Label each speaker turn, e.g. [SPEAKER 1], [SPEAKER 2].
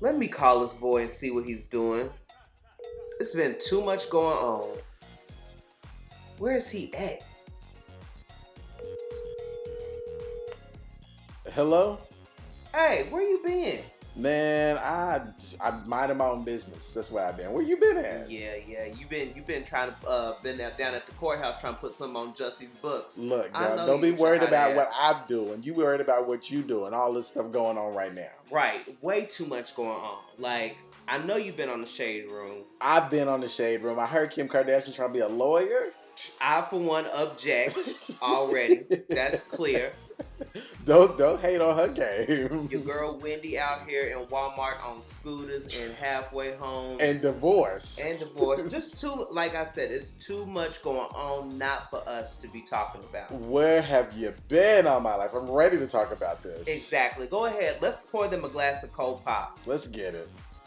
[SPEAKER 1] Let me call this boy and see what he's doing. It's been too much going on. Where is he at?
[SPEAKER 2] Hello,
[SPEAKER 1] Hey, where you been?
[SPEAKER 2] man. I I mind my own business. That's where I've been. Where you been at?
[SPEAKER 1] Yeah, yeah. You been you been trying to uh been out down at the courthouse trying to put something on Justy's books.
[SPEAKER 2] Look,
[SPEAKER 1] I
[SPEAKER 2] dog,
[SPEAKER 1] know
[SPEAKER 2] don't
[SPEAKER 1] you
[SPEAKER 2] be worried
[SPEAKER 1] tried
[SPEAKER 2] about
[SPEAKER 1] to
[SPEAKER 2] what
[SPEAKER 1] ask.
[SPEAKER 2] I'm doing. You worried about what you doing. All this stuff going on right now.
[SPEAKER 1] Right, way too much going on. Like I know you've been on the shade room.
[SPEAKER 2] I've been on the shade room. I heard Kim Kardashian trying to be a lawyer.
[SPEAKER 1] I for one object already. That's clear.
[SPEAKER 2] Don't don't hate on her game.
[SPEAKER 1] Your girl Wendy out here in Walmart on scooters and halfway home
[SPEAKER 2] and divorce.
[SPEAKER 1] and divorce. Just too, like I said, it's too much going on, not for us to be talking about.
[SPEAKER 2] Where have you been all my life? I'm ready to talk about this.
[SPEAKER 1] Exactly. Go ahead. Let's pour them a glass of cold pop.
[SPEAKER 2] Let's get it.